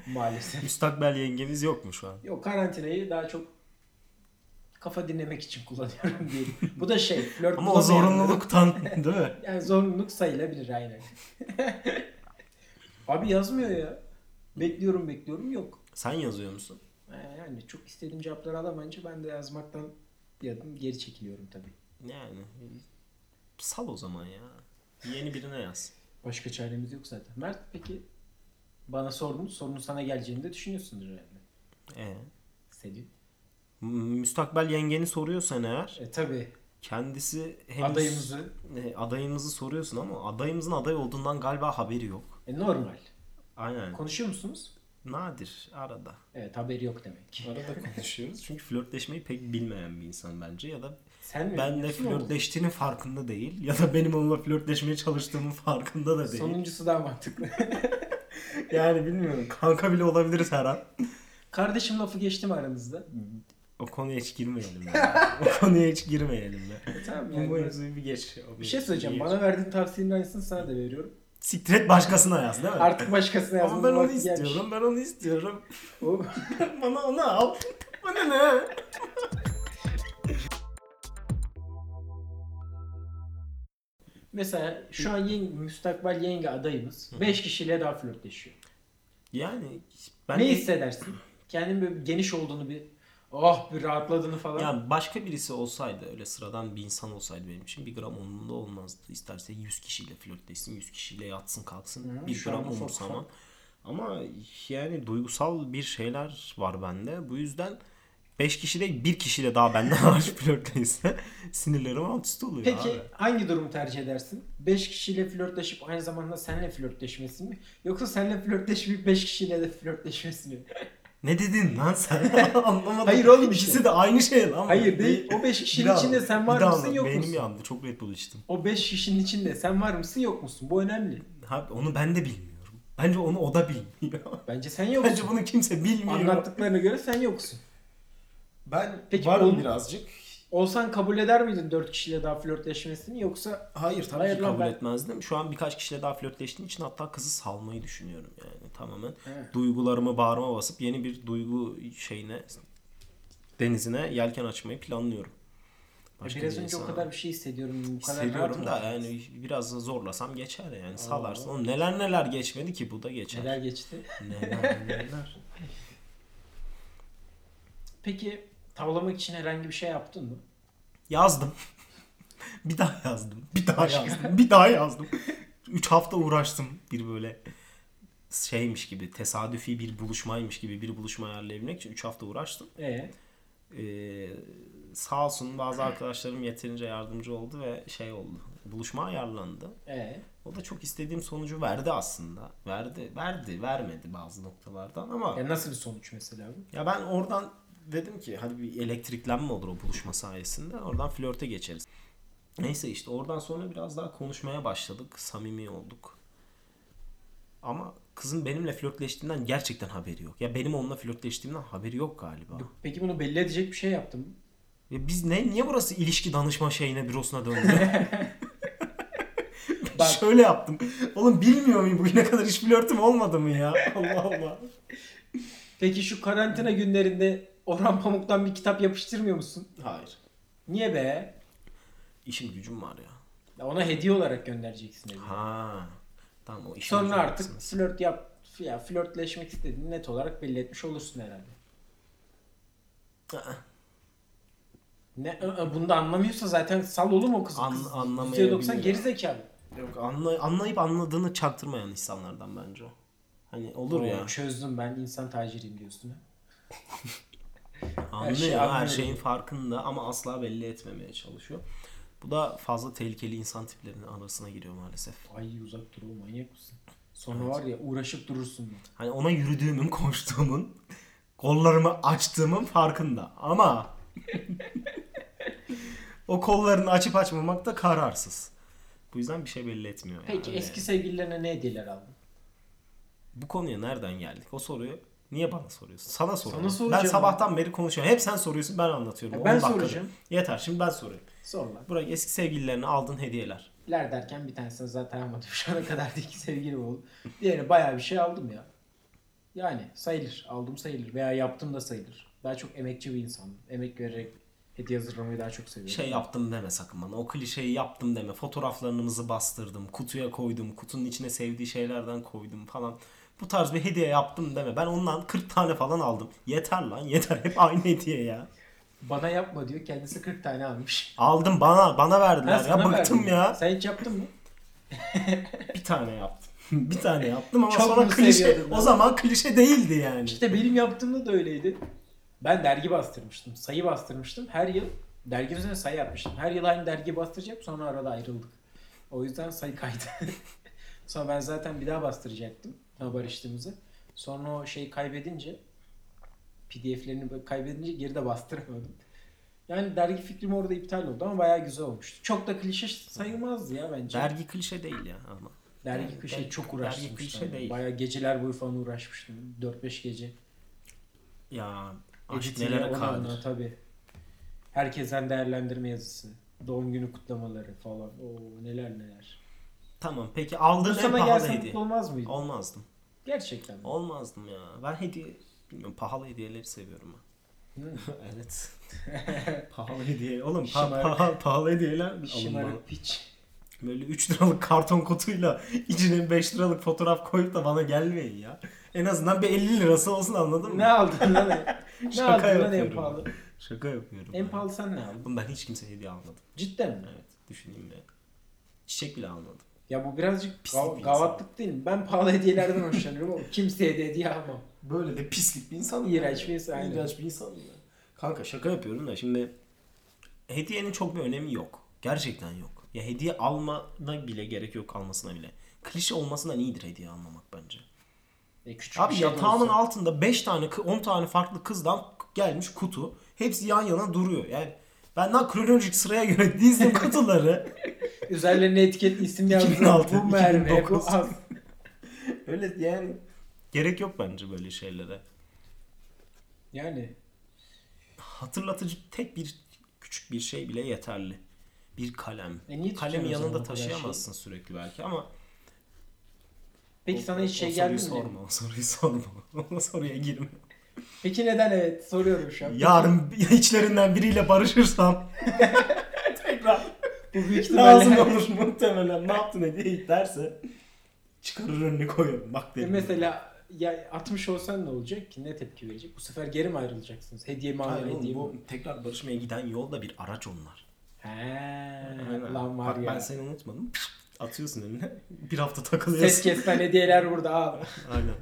Speaker 2: Maalesef.
Speaker 1: Müstakbel yengemiz yok mu şu an?
Speaker 2: Yok karantinayı daha çok kafa dinlemek için kullanıyorum diyelim. Bu da şey flört
Speaker 1: Ama o
Speaker 2: bulamayanların-
Speaker 1: zorunluluktan değil mi?
Speaker 2: Yani zorunluluk sayılabilir aynen. Abi yazmıyor ya. Bekliyorum bekliyorum yok.
Speaker 1: Sen yazıyor musun?
Speaker 2: Ee, Yani çok istediğim cevapları alamayınca ben de yazmaktan bir adım geri çekiliyorum tabii.
Speaker 1: Yani sal o zaman ya. Yeni birine yaz.
Speaker 2: Başka çaremiz yok zaten. Mert peki bana sordun. Sorunun sana geleceğini de düşünüyorsundur herhalde.
Speaker 1: Ee,
Speaker 2: Selim.
Speaker 1: m- müstakbel yengeni soruyorsan eğer
Speaker 2: E tabii.
Speaker 1: kendisi henüz
Speaker 2: Adayımızı.
Speaker 1: E, adayımızı soruyorsun ama adayımızın aday olduğundan galiba haberi yok.
Speaker 2: E, normal.
Speaker 1: Aynen.
Speaker 2: Konuşuyor musunuz?
Speaker 1: Nadir arada.
Speaker 2: Evet haberi yok demek ki.
Speaker 1: Arada konuşuyoruz. Çünkü flörtleşmeyi pek bilmeyen bir insan bence ya da
Speaker 2: Sen mi?
Speaker 1: benle
Speaker 2: biliyorsun oğlum?
Speaker 1: flörtleştiğinin farkında değil ya da benim onunla flörtleşmeye çalıştığımın farkında da değil.
Speaker 2: Sonuncusu daha mantıklı.
Speaker 1: Yani bilmiyorum. Kanka bile olabiliriz her an.
Speaker 2: Kardeşim lafı geçti mi aranızda?
Speaker 1: O konuya hiç girmeyelim. ya. o konuya hiç girmeyelim. ya.
Speaker 2: E, tamam
Speaker 1: Bu
Speaker 2: yani.
Speaker 1: mevzuyu bir geç. O
Speaker 2: Bir şey söyleyeceğim.
Speaker 1: bir geç.
Speaker 2: Bana verdiğin tavsiyenin aynısını sana da veriyorum.
Speaker 1: Siktir et başkasına yaz değil mi?
Speaker 2: Artık başkasına yazmanın
Speaker 1: Ama ben onu
Speaker 2: vakti gelmiş.
Speaker 1: istiyorum. Ben onu istiyorum.
Speaker 2: O-
Speaker 1: Bana onu al. Bana ne?
Speaker 2: Mesela şu an yenge, müstakbel yenge adayımız. 5 kişiyle daha flörtleşiyor.
Speaker 1: Yani ben
Speaker 2: ne hissedersin? Kendin böyle bir geniş olduğunu bir oh bir rahatladığını falan.
Speaker 1: yani başka birisi olsaydı öyle sıradan bir insan olsaydı benim için bir gram umurumda olmazdı. İsterse 100 kişiyle flörtleşsin, 100 kişiyle yatsın kalksın.
Speaker 2: Hı,
Speaker 1: bir
Speaker 2: şu an
Speaker 1: gram
Speaker 2: ufak
Speaker 1: umursamam. Ama yani duygusal bir şeyler var bende. Bu yüzden 5 kişi değil bir kişi de daha benden hariç flörtteyse sinirlerim alt üst oluyor
Speaker 2: Peki
Speaker 1: abi.
Speaker 2: hangi durumu tercih edersin? 5 kişiyle flörtleşip aynı zamanda seninle flörtleşmesi mi? Yoksa seninle flörtleşmeyip 5 kişiyle de flörtleşmesi mi?
Speaker 1: Ne dedin lan sen? Anlamadım.
Speaker 2: Hayır oğlum işte.
Speaker 1: İkisi de aynı şey lan.
Speaker 2: Hayır değil. O 5
Speaker 1: Bir
Speaker 2: kişinin
Speaker 1: daha
Speaker 2: içinde
Speaker 1: anlat,
Speaker 2: sen
Speaker 1: bir
Speaker 2: var
Speaker 1: daha
Speaker 2: mısın
Speaker 1: anlat.
Speaker 2: yok
Speaker 1: Beynim
Speaker 2: musun?
Speaker 1: yandı. Çok Red Bull içtim.
Speaker 2: O 5 kişinin içinde sen var mısın yok musun? Bu önemli.
Speaker 1: Ha, onu ben de bilmiyorum. Bence onu o da bilmiyor.
Speaker 2: Bence sen yoksun.
Speaker 1: Bence bunu kimse bilmiyor.
Speaker 2: Anlattıklarına göre sen yoksun.
Speaker 1: Ben
Speaker 2: Peki
Speaker 1: varım
Speaker 2: onu-
Speaker 1: birazcık.
Speaker 2: Olsan kabul eder miydin 4 kişiyle daha flörtleşmesini yoksa
Speaker 1: Hayır tabii
Speaker 2: Hayır
Speaker 1: ki
Speaker 2: lan
Speaker 1: kabul
Speaker 2: ben-
Speaker 1: etmezdim. Şu an birkaç kişiyle daha flörtleştiğim için hatta kızı salmayı düşünüyorum yani tamamen. Duygularımı bağrıma basıp yeni bir duygu şeyine denizine yelken açmayı planlıyorum. Başka
Speaker 2: E, biraz
Speaker 1: bir
Speaker 2: önce o
Speaker 1: insana.
Speaker 2: kadar bir şey hissediyorum. Bu kadar
Speaker 1: hissediyorum
Speaker 2: rahatım
Speaker 1: da yani biraz da zorlasam geçer yani salarsın. Oğlum neler neler geçmedi ki bu da geçer.
Speaker 2: Neler geçti.
Speaker 1: neler. neler.
Speaker 2: Peki tavlamak için herhangi bir şey yaptın mı?
Speaker 1: Yazdım. bir daha yazdım. Bir daha
Speaker 2: Başka?
Speaker 1: yazdım. Bir daha yazdım. Üç hafta uğraştım bir böyle şeymiş gibi tesadüfi bir buluşmaymış gibi bir buluşma ayarlayabilmek için 3 hafta uğraştım.
Speaker 2: Ee,
Speaker 1: Ee, sağ olsun bazı arkadaşlarım yeterince yardımcı oldu ve şey oldu. Buluşma ayarlandı.
Speaker 2: ee.
Speaker 1: O da çok istediğim sonucu verdi aslında. Verdi, verdi, vermedi bazı noktalardan ama
Speaker 2: Ya nasıl bir sonuç mesela bu?
Speaker 1: ya ben oradan dedim ki hadi bir elektriklenme olur o buluşma sayesinde. Oradan flörte geçeriz. Neyse işte oradan sonra biraz daha konuşmaya başladık. Samimi olduk. Ama kızın benimle flörtleştiğinden gerçekten haberi yok. Ya benim onunla flörtleştiğimden haberi yok galiba.
Speaker 2: Peki bunu belli edecek bir şey yaptın mı?
Speaker 1: Ya biz ne niye burası ilişki danışma şeyine bürosuna döndü?
Speaker 2: Bak.
Speaker 1: Şöyle yaptım. Oğlum bilmiyor muyum bugüne kadar hiç flörtüm olmadı mı ya? Allah Allah.
Speaker 2: Peki şu karantina günlerinde Orhan Pamuk'tan bir kitap yapıştırmıyor musun?
Speaker 1: Hayır.
Speaker 2: Niye be?
Speaker 1: İşim gücüm var ya.
Speaker 2: Ya ona hediye olarak göndereceksin dedi.
Speaker 1: Ha. Tamam o işin
Speaker 2: Sonra
Speaker 1: ucuna
Speaker 2: artık
Speaker 1: baksınız.
Speaker 2: flört yap ya flörtleşmek istediğini net olarak belli etmiş olursun herhalde.
Speaker 1: Aa,
Speaker 2: Ne ı, ı, bunu da anlamıyorsa zaten sal oğlum o kızı.
Speaker 1: An-
Speaker 2: Kız
Speaker 1: anlamayabilir.
Speaker 2: %90 geri zekalı.
Speaker 1: Yok anlay- anlayıp anladığını çaktırmayan insanlardan bence o. Hani olur ya.
Speaker 2: Çözdüm ben insan taciriyim diyorsun. ha.
Speaker 1: Anlıyor
Speaker 2: şey
Speaker 1: her,
Speaker 2: anlıyor.
Speaker 1: şeyin farkında ama asla belli etmemeye çalışıyor. Bu da fazla tehlikeli insan tiplerinin arasına giriyor maalesef.
Speaker 2: Ay uzak dur oğlum manyak mısın? Sonra var ya uğraşıp durursun. bak.
Speaker 1: Hani ona yürüdüğümün, koştuğumun, kollarımı açtığımın farkında. Ama o kollarını açıp açmamak da kararsız. Bu yüzden bir şey belli etmiyor. yani.
Speaker 2: Peki eski sevgililerine ne hediyeler aldın?
Speaker 1: Bu konuya nereden geldik? O soruyu Niye bana soruyorsun? Sana soruyorum.
Speaker 2: soracağım
Speaker 1: Ben sabahtan beri konuşuyorum. Hep sen soruyorsun ben anlatıyorum.
Speaker 2: Ya
Speaker 1: 10
Speaker 2: ben
Speaker 1: dakikadır.
Speaker 2: soracağım.
Speaker 1: Yeter şimdi ben sorayım.
Speaker 2: Sonra.
Speaker 1: Burak eski sevgililerine aldığın hediyeler.
Speaker 2: Ler derken bir tanesini zaten almadım. Şu ana kadar da iki sevgilim oldu. Diğerine bayağı bir şey aldım ya. Yani sayılır. Aldım sayılır. Veya yaptım da sayılır. Daha çok emekçi bir insanım. Emek vererek hediye hazırlamayı daha çok seviyorum.
Speaker 1: Şey yaptım deme sakın bana. O klişeyi yaptım deme. Fotoğraflarınızı bastırdım. Kutuya koydum. Kutunun içine sevdiği şeylerden koydum falan. Bu tarz bir hediye yaptım deme. Ben ondan 40 tane falan aldım. Yeter lan yeter. Hep aynı hediye ya.
Speaker 2: Bana yapma diyor. Kendisi 40 tane almış.
Speaker 1: Aldım bana bana
Speaker 2: Ben
Speaker 1: verdiler ya
Speaker 2: sana
Speaker 1: bıktım
Speaker 2: verdim.
Speaker 1: ya.
Speaker 2: Sen hiç yaptın mı?
Speaker 1: Bir tane yaptım. bir tane yaptım ama
Speaker 2: Çok
Speaker 1: sonra
Speaker 2: mu
Speaker 1: klişe.
Speaker 2: seviyordun lan?
Speaker 1: O zaman klişe değildi yani.
Speaker 2: İşte benim yaptığımda da öyleydi. Ben dergi bastırmıştım. Sayı bastırmıştım. Her yıl derginin üzerine sayı atmıştım. Her yıl aynı dergi bastıracak sonra arada ayrıldık. O yüzden sayı kaydı. sonra ben zaten bir daha bastıracaktım. Ama barıştığımızı. Sonra o şey kaybedince PDF'lerini böyle kaybedince geri de bastıramadım. Yani dergi fikrim orada iptal oldu ama bayağı güzel olmuştu. Çok da klişe sayılmazdı ya bence.
Speaker 1: Dergi klişe değil ya ama.
Speaker 2: Dergi kışı
Speaker 1: Dergi-
Speaker 2: çok
Speaker 1: dergi
Speaker 2: uğraşmıştım.
Speaker 1: klişe değil.
Speaker 2: Bayağı geceler boyu falan uğraşmıştım. 4-5 gece.
Speaker 1: Ya aşk
Speaker 2: Editleri,
Speaker 1: nelere
Speaker 2: onu
Speaker 1: kadir.
Speaker 2: anla, tabii. Herkesten değerlendirme yazısı. Doğum günü kutlamaları falan. Oo neler neler.
Speaker 1: Tamam peki
Speaker 2: Bu
Speaker 1: aldığın en
Speaker 2: sana
Speaker 1: pahalı
Speaker 2: gelse mutlu
Speaker 1: hediye.
Speaker 2: olmaz mıydı?
Speaker 1: Olmazdım.
Speaker 2: Gerçekten. mi?
Speaker 1: Olmazdım ya. Ben hediye bilmiyorum pahalı hediyeleri seviyorum ben. evet. pahalı hediye. Oğlum pa-
Speaker 2: Şımarık.
Speaker 1: pahalı, pahalı hediyeler alınmalı.
Speaker 2: Şımarık piç.
Speaker 1: Böyle 3 liralık karton kutuyla içine 5 liralık fotoğraf koyup da bana gelmeyin ya. En azından bir 50 lirası olsun anladın mı?
Speaker 2: Ne aldın lan? ne
Speaker 1: Şaka
Speaker 2: aldın lan en
Speaker 1: yapıyorum.
Speaker 2: pahalı?
Speaker 1: Şaka yapıyorum.
Speaker 2: En
Speaker 1: ya.
Speaker 2: pahalı sen ne aldın?
Speaker 1: Oğlum Ben hiç kimseye hediye almadım.
Speaker 2: Cidden mi?
Speaker 1: Evet düşüneyim de. Çiçek bile almadım.
Speaker 2: Ya bu birazcık
Speaker 1: Pislik
Speaker 2: gav-
Speaker 1: bir
Speaker 2: gavatlık değil mi? Ben pahalı hediyelerden hoşlanıyorum ama kimseye de hediye almam.
Speaker 1: Böyle de pislik bir insanım.
Speaker 2: İğrenç bir insan, aynen.
Speaker 1: İğrenç bir insanım ya. Kanka şaka yapıyorum da şimdi hediyenin çok bir önemi yok. Gerçekten yok. Ya hediye almana bile gerek yok almasına bile. Klişe olmasından iyidir hediye almamak bence.
Speaker 2: E, küçük
Speaker 1: Abi
Speaker 2: bir şey de
Speaker 1: yatağımın
Speaker 2: olsa.
Speaker 1: altında 5 tane kı- 10 tane farklı kızdan gelmiş kutu. Hepsi yan yana duruyor. Yani ben daha kronolojik sıraya göre dizdim kutuları.
Speaker 2: Üzerlerine etiket isim yazdım.
Speaker 1: 2006,
Speaker 2: Bu mermi, bu
Speaker 1: 2009.
Speaker 2: az.
Speaker 1: Öyle yani gerek yok bence böyle şeylere.
Speaker 2: Yani
Speaker 1: hatırlatıcı tek bir küçük bir şey bile yeterli. Bir kalem.
Speaker 2: E niye
Speaker 1: Kalemi
Speaker 2: tutuyorsun o zaman bu
Speaker 1: yanında
Speaker 2: kadar
Speaker 1: taşıyamazsın sürekli belki ama
Speaker 2: Peki sana hiç şey geldi mi?
Speaker 1: soruyu sorma, o soruyu sorma. O soruya girme.
Speaker 2: Peki neden evet soruyorum şu an.
Speaker 1: Yarın bir- içlerinden biriyle barışırsam tekrar
Speaker 2: Bu büyük
Speaker 1: lazım
Speaker 2: ihtimalle-
Speaker 1: olur muhtemelen. Ne yaptın hediye derse çıkarır önüne koyarım. Bak
Speaker 2: E
Speaker 1: derim.
Speaker 2: mesela ya 60 olsan ne olacak ki? Ne tepki verecek? Bu sefer geri mi ayrılacaksınız? Hediye mi
Speaker 1: Hayır
Speaker 2: alır
Speaker 1: oğlum,
Speaker 2: hediye
Speaker 1: bu
Speaker 2: mi?
Speaker 1: tekrar barışmaya giden yolda bir araç onlar.
Speaker 2: He,
Speaker 1: Aynen.
Speaker 2: lan var
Speaker 1: Bak ben
Speaker 2: ya.
Speaker 1: seni unutmadım. Atıyorsun önüne. Bir hafta
Speaker 2: Ses
Speaker 1: takılıyorsun.
Speaker 2: kesten hediyeler burada abi.
Speaker 1: Aynen.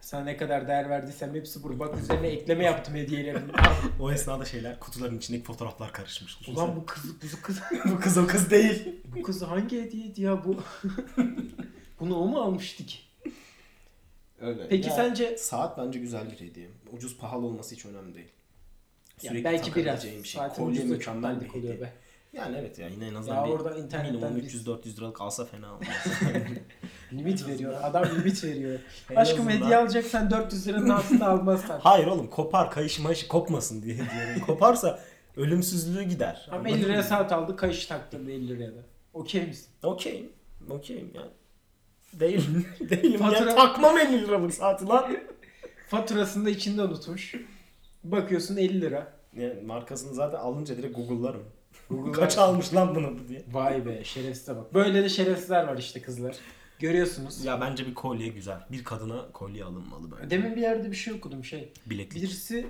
Speaker 2: Sana ne kadar değer verdiysem hepsi burada. Bak üzerine ekleme yaptım hediyelerini.
Speaker 1: O esnada şeyler kutuların içindeki fotoğraflar karışmış.
Speaker 2: Ulan bu kız, bu kız,
Speaker 1: bu kız o kız değil.
Speaker 2: bu kız hangi hediyeydi ya bu? Bunu o mu almıştı ki?
Speaker 1: Öyle.
Speaker 2: Peki sence
Speaker 1: saat bence güzel bir hediye. Ucuz pahalı olması hiç önemli değil.
Speaker 2: Ya belki biraz
Speaker 1: takabileceğim
Speaker 2: saatin
Speaker 1: şey, Kolye
Speaker 2: ucuz da
Speaker 1: mükemmel
Speaker 2: çok
Speaker 1: bir
Speaker 2: dandik oluyor
Speaker 1: hediye.
Speaker 2: be.
Speaker 1: Yani evet ya yine en azından
Speaker 2: Ya
Speaker 1: bir
Speaker 2: oradan internetten
Speaker 1: minimum
Speaker 2: bir-
Speaker 1: 300-400 liralık alsa fena olmaz.
Speaker 2: Limit veriyor. Adam limit veriyor.
Speaker 1: En
Speaker 2: Aşkım
Speaker 1: azından-
Speaker 2: hediye alacaksan 400 liranın altında almazsan.
Speaker 1: Hayır oğlum kopar kayış mayış kopmasın diye hediye. Koparsa ölümsüzlüğü gider.
Speaker 2: Ama
Speaker 1: Anladın
Speaker 2: 50 liraya
Speaker 1: mı?
Speaker 2: saat aldı kayış taktırdı 50 liraya da. Okey misin?
Speaker 1: Okeyim. Okeyim yani. Değilim. Değilim
Speaker 2: Fatura-
Speaker 1: ya. Takmam 50 liralık saati lan.
Speaker 2: Faturasını da içinde unutmuş. Bakıyorsun 50 lira.
Speaker 1: Yani markasını zaten alınca direkt Google'larım.
Speaker 2: Google'lar.
Speaker 1: Kaç almış lan bunu bu diye.
Speaker 2: Vay be şerefsize bak. Böyle de şerefsizler var işte kızlar. Görüyorsunuz.
Speaker 1: Ya bence bir kolye güzel. Bir kadına kolye alınmalı bence.
Speaker 2: Demin bir yerde bir şey okudum şey.
Speaker 1: Bileklik.
Speaker 2: Birisi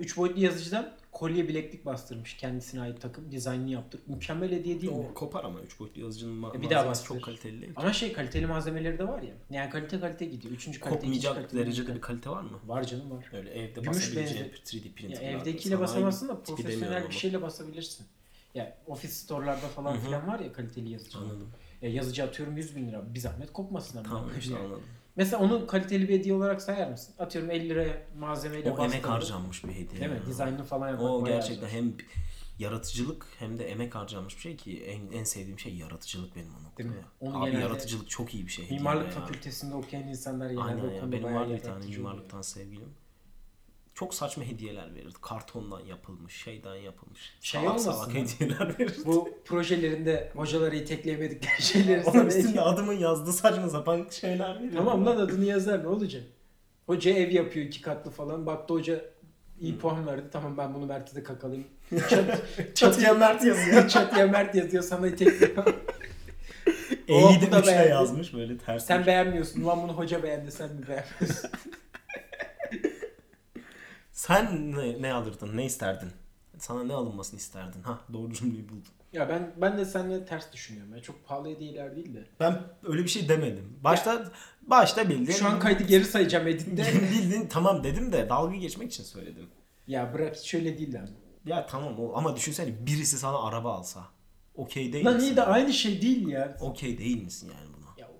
Speaker 2: 3 boyutlu yazıcıdan kolye bileklik bastırmış. Kendisine ait takım dizaynını yaptır. Mükemmel hediye değil mi?
Speaker 1: O kopar ama 3 boyutlu yazıcının ma-
Speaker 2: E bir daha
Speaker 1: malzemesi
Speaker 2: bastır.
Speaker 1: çok kaliteli değil.
Speaker 2: Ama şey kaliteli malzemeleri de var ya. Yani kalite kalite gidiyor. Üçüncü kalite, ikinci
Speaker 1: Kopmayacak
Speaker 2: kalite,
Speaker 1: derecede
Speaker 2: üçüncü
Speaker 1: bir kalite var mı?
Speaker 2: kalite. Var canım var.
Speaker 1: Öyle evde
Speaker 2: Gümüş
Speaker 1: basabileceğin
Speaker 2: benzi-
Speaker 1: 3D
Speaker 2: Ya
Speaker 1: printer.
Speaker 2: evdekiyle basamazsın da profesyonel bir
Speaker 1: şey.
Speaker 2: şeyle basabilirsin. Ya ofis store'larda falan filan var ya kaliteli yazıcı.
Speaker 1: Anladım.
Speaker 2: Ya yazıcı atıyorum 100 bin lira. Bir zahmet kopmasın ama.
Speaker 1: Tamam işte
Speaker 2: Yani.
Speaker 1: anladım.
Speaker 2: Mesela onu kaliteli bir hediye olarak sayar mısın? Atıyorum 50 liraya malzemeyle
Speaker 1: O emek
Speaker 2: bastırdım.
Speaker 1: harcanmış bir hediye.
Speaker 2: Değil mi?
Speaker 1: ya.
Speaker 2: Dizaynını falan yapmak.
Speaker 1: O
Speaker 2: bayağı
Speaker 1: gerçekten
Speaker 2: zor.
Speaker 1: hem yaratıcılık hem de emek harcanmış bir şey ki en, en sevdiğim şey yaratıcılık benim o noktada.
Speaker 2: Değil mi?
Speaker 1: ya.
Speaker 2: Onu
Speaker 1: Abi
Speaker 2: genelde
Speaker 1: yaratıcılık çok iyi bir şey. hediye
Speaker 2: Mimarlık
Speaker 1: ya.
Speaker 2: fakültesinde okuyan insanlar genelde
Speaker 1: Aynen
Speaker 2: o konuda
Speaker 1: ya. Benim
Speaker 2: bayağı
Speaker 1: vardı bir tane
Speaker 2: yaratıcı oluyor.
Speaker 1: mimarlıktan sevgilim. Çok saçma hediyeler verirdi. Kartondan yapılmış, şeyden yapılmış.
Speaker 2: Şey
Speaker 1: salak
Speaker 2: olmasın
Speaker 1: salak
Speaker 2: mı?
Speaker 1: hediyeler verirdi.
Speaker 2: Bu projelerinde hocaları itekleyemedikleri şeyleri
Speaker 1: Onun
Speaker 2: sana
Speaker 1: üstünde adımın yazdığı saçma sapan şeyler verirdi.
Speaker 2: Tamam lan adını yazar ne olacak? Hoca ev yapıyor iki katlı falan. Baktı hoca iyi puan verdi. Tamam ben bunu merkeze kakalayayım. Çat,
Speaker 1: Çatıya Mert yazıyor.
Speaker 2: çatıya Mert yazıyor sana tekliyor. Oh,
Speaker 1: Eğidim
Speaker 2: bu da
Speaker 1: üçle
Speaker 2: beğendi.
Speaker 1: yazmış böyle ters.
Speaker 2: sen beğenmiyorsun. Ulan bunu hoca beğendi sen mi beğenmiyorsun?
Speaker 1: Sen ne, ne alırdın? Ne isterdin? Sana ne alınmasını isterdin? Ha doğru cümleyi buldum.
Speaker 2: ya ben ben de seninle ters düşünüyorum. ya. çok pahalı hediyeler değil de.
Speaker 1: Ben öyle bir şey demedim. Başta başta bildin.
Speaker 2: Şu an kaydı geri sayacağım editte.
Speaker 1: bildin tamam dedim de dalga geçmek için söyledim.
Speaker 2: ya bırak hiç öyle değil lan.
Speaker 1: Ya tamam o ama düşünsene birisi sana araba alsa. Okey değil
Speaker 2: Lan
Speaker 1: misin?
Speaker 2: iyi de aynı şey değil ya.
Speaker 1: Okey değil misin yani buna?
Speaker 2: Ya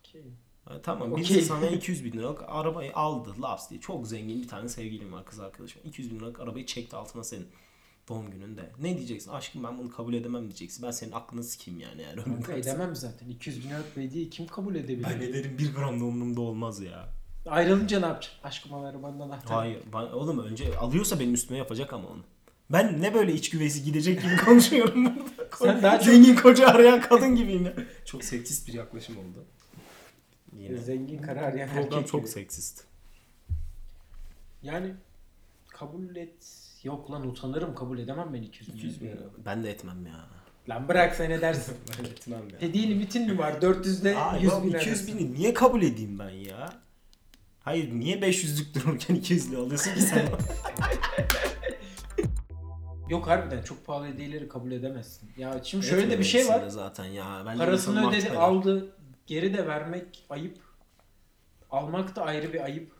Speaker 2: okey.
Speaker 1: Ha, tamam
Speaker 2: Okey.
Speaker 1: birisi sana 200 bin liralık arabayı aldı laps diye. Çok zengin bir tane sevgilim var kız arkadaşım. 200 bin liralık arabayı çekti altına senin doğum gününde. Ne diyeceksin? Aşkım ben bunu kabul edemem diyeceksin. Ben senin aklını sikeyim yani. yani.
Speaker 2: Kanka edemem zaten. 200 bin liralık bir hediyeyi kim kabul edebilir?
Speaker 1: Ben ederim bir gram da umurumda olmaz ya.
Speaker 2: Ayrılınca ne yapacaksın? Aşkım al arabanın anahtarı.
Speaker 1: Hayır. Ben, oğlum önce alıyorsa benim üstüme yapacak ama onu. Ben ne böyle iç güveysi gidecek gibi konuşuyorum burada.
Speaker 2: Sen daha çok-
Speaker 1: Zengin koca arayan kadın gibiyim ya. Çok seksist bir yaklaşım oldu. Yine.
Speaker 2: Zengin karar yani.
Speaker 1: Program
Speaker 2: erkek
Speaker 1: çok
Speaker 2: gibi.
Speaker 1: seksist.
Speaker 2: Yani kabul et. Yok lan utanırım kabul edemem ben 200 bin.
Speaker 1: 200 bin lira. Ben de etmem ya. E,
Speaker 2: Lan bırak sen edersin.
Speaker 1: Ben etmem ya.
Speaker 2: Hediye limitin mi var? 400 ile
Speaker 1: Ay,
Speaker 2: 100
Speaker 1: lan
Speaker 2: bin
Speaker 1: 200
Speaker 2: 200
Speaker 1: bini niye kabul edeyim ben ya? Hayır niye 500'lük dururken 200 lira alıyorsun ki sen?
Speaker 2: Yok harbiden çok pahalı hediyeleri kabul edemezsin. Ya şimdi şöyle de bir şey var.
Speaker 1: Zaten ya. Bence
Speaker 2: Parasını
Speaker 1: insanın
Speaker 2: ödedi
Speaker 1: hakkı var.
Speaker 2: aldı. Geri de vermek ayıp. Almak da ayrı bir ayıp.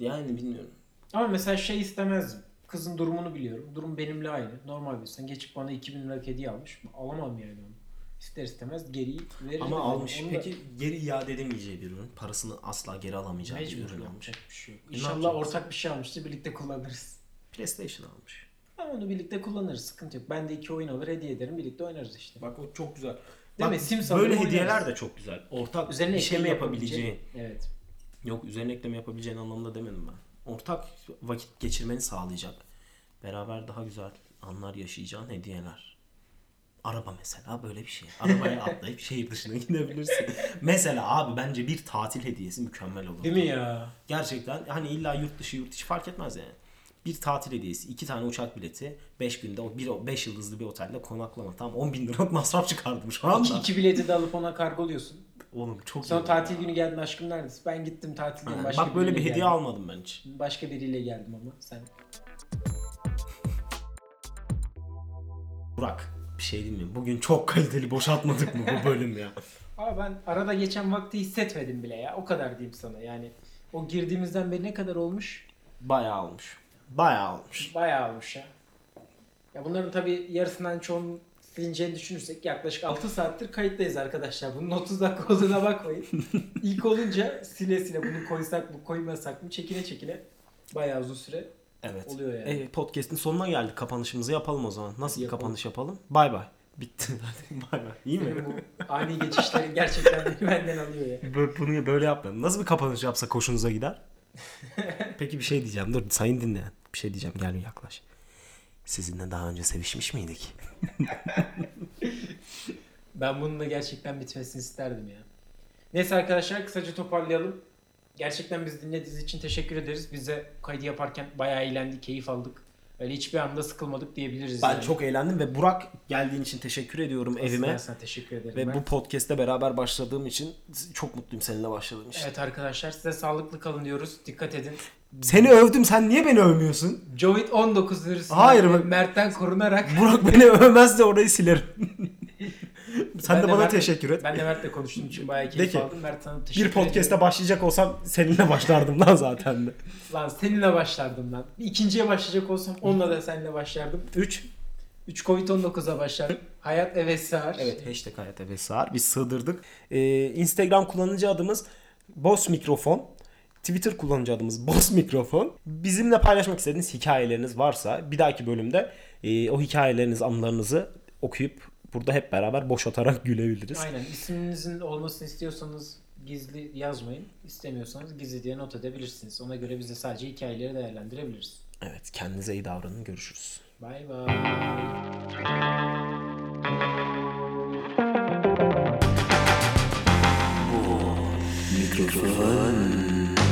Speaker 1: Yani bilmiyorum.
Speaker 2: Ama mesela şey istemezdim. Kızın durumunu biliyorum. Durum benimle aynı. Normal bir insan. Geçip bana 2000 liralık hediye almış. Alamam yani onu. İster istemez geri verir.
Speaker 1: Ama almış.
Speaker 2: Onu da-
Speaker 1: Peki geri iade edemeyeceği bir ürün. Parasını asla geri alamayacağı bir
Speaker 2: Mecbur
Speaker 1: ürün almış.
Speaker 2: yapacak bir şey yok.
Speaker 1: Ne
Speaker 2: İnşallah
Speaker 1: yapacaksın?
Speaker 2: ortak bir şey almıştır. Birlikte kullanırız.
Speaker 1: PlayStation almış.
Speaker 2: Ama onu birlikte kullanırız. Sıkıntı yok. Ben de iki oyun alır hediye ederim. Birlikte oynarız işte.
Speaker 1: Bak o çok güzel.
Speaker 2: Değil
Speaker 1: Bak,
Speaker 2: mi? Simsalabim
Speaker 1: böyle
Speaker 2: oynarız.
Speaker 1: hediyeler de çok güzel. Ortak
Speaker 2: Üzerine
Speaker 1: Üzerine işleme
Speaker 2: ekleme
Speaker 1: yapabileceğin.
Speaker 2: şey Evet.
Speaker 1: Yok üzerine ekleme yapabileceğin anlamda demedim ben. Ortak vakit geçirmeni sağlayacak. Beraber daha güzel anlar yaşayacağın hediyeler. Araba mesela böyle bir şey. Arabaya atlayıp şehir dışına gidebilirsin. mesela abi bence bir tatil hediyesi mükemmel olur.
Speaker 2: Değil mi ya?
Speaker 1: Gerçekten hani illa yurt dışı yurt içi fark etmez yani. Bir tatil hediyesi, iki tane uçak bileti, 5 günde o bir 5 yıldızlı bir otelde konaklama. Tamam 10 bin liralık masraf çıkardım şu anda.
Speaker 2: İki, iki bileti de alıp ona kargoluyorsun.
Speaker 1: Oğlum çok
Speaker 2: Sonra
Speaker 1: iyi
Speaker 2: tatil
Speaker 1: ya.
Speaker 2: günü geldin aşkım neredesin? Ben gittim tatildeyim.
Speaker 1: Aynen.
Speaker 2: Başka
Speaker 1: Bak böyle bir
Speaker 2: biriyle
Speaker 1: hediye
Speaker 2: geldim.
Speaker 1: almadım ben hiç.
Speaker 2: Başka biriyle geldim ama sen.
Speaker 1: Burak bir şey diyeyim mi? Bugün çok kaliteli boşaltmadık mı bu bölüm ya?
Speaker 2: Ama ben arada geçen vakti hissetmedim bile ya. O kadar diyeyim sana. Yani o girdiğimizden beri ne kadar olmuş?
Speaker 1: Bayağı olmuş. Bayağı olmuş.
Speaker 2: Bayağı olmuş ya. Ya bunların tabii yarısından çoğunun silineceğini düşünürsek yaklaşık 6 saattir kayıttayız arkadaşlar. Bunun 30 dakika olduğuna bakmayın. İlk olunca sile sile bunu koysak mı koymasak mı çekile çekile bayağı uzun süre.
Speaker 1: Evet.
Speaker 2: Oluyor yani.
Speaker 1: Evet, podcast'in sonuna geldik. Kapanışımızı yapalım o zaman. Nasıl bir
Speaker 2: Yapalım.
Speaker 1: kapanış yapalım? Bay bay. Bitti. bay bay. İyi mi?
Speaker 2: Bu ani geçişlerin gerçekten beni benden alıyor ya.
Speaker 1: Bö- Bunu böyle yapmayalım. Nasıl bir kapanış yapsak hoşunuza gider? Peki bir şey diyeceğim. Dur sayın dinleyen. Bir şey diyeceğim. Gel bir yaklaş. Sizinle daha önce sevişmiş miydik?
Speaker 2: Ben bunun da gerçekten bitmesini isterdim ya. Neyse arkadaşlar kısaca toparlayalım. Gerçekten biz dinlediğiniz için teşekkür ederiz. Bize kaydı yaparken bayağı eğlendik, keyif aldık. Öyle hiçbir anda sıkılmadık diyebiliriz.
Speaker 1: Ben
Speaker 2: yani.
Speaker 1: çok eğlendim ve Burak geldiğin için teşekkür ediyorum
Speaker 2: Aslında
Speaker 1: evime.
Speaker 2: ben sana teşekkür ederim.
Speaker 1: Ve
Speaker 2: ben.
Speaker 1: bu podcast'te beraber başladığım için çok mutluyum seninle başladığım için.
Speaker 2: Evet arkadaşlar size sağlıklı kalın diyoruz. Dikkat edin.
Speaker 1: Seni övdüm sen niye beni övmüyorsun?
Speaker 2: Covid 19 virüsünden
Speaker 1: Hayır,
Speaker 2: ve
Speaker 1: bak-
Speaker 2: Mert'ten korunarak
Speaker 1: Burak beni övmezse orayı silerim. sen
Speaker 2: Ben
Speaker 1: de bana
Speaker 2: Mert'le-
Speaker 1: teşekkür et.
Speaker 2: Ben de Mert'le konuştuğum için bayağı keyif
Speaker 1: ki,
Speaker 2: aldım. Mert sana teşekkür
Speaker 1: Bir podcast'te
Speaker 2: ediyorum.
Speaker 1: başlayacak olsam seninle başlardım lan zaten de.
Speaker 2: Lan seninle başlardım lan. İkinciye başlayacak olsam onunla da seninle başlardım.
Speaker 1: 3.
Speaker 2: 3 Covid-19'a başlardım. Hayat evet sığar.
Speaker 1: Evet hashtag hayat evet sığar. Biz sığdırdık. Ee, Instagram kullanıcı adımız Boss Mikrofon. Twitter kullanıcı adımız Boss Mikrofon. Bizimle paylaşmak istediğiniz hikayeleriniz varsa bir dahaki bölümde e, o hikayelerinizi, anılarınızı okuyup burada hep beraber boş atarak gülebiliriz.
Speaker 2: Aynen. İsminizin olmasını istiyorsanız gizli yazmayın. İstemiyorsanız gizli diye not edebilirsiniz. Ona göre biz de sadece hikayeleri değerlendirebiliriz.
Speaker 1: Evet, kendinize iyi davranın. Görüşürüz.
Speaker 2: Bay bay.
Speaker 1: Mikrofon.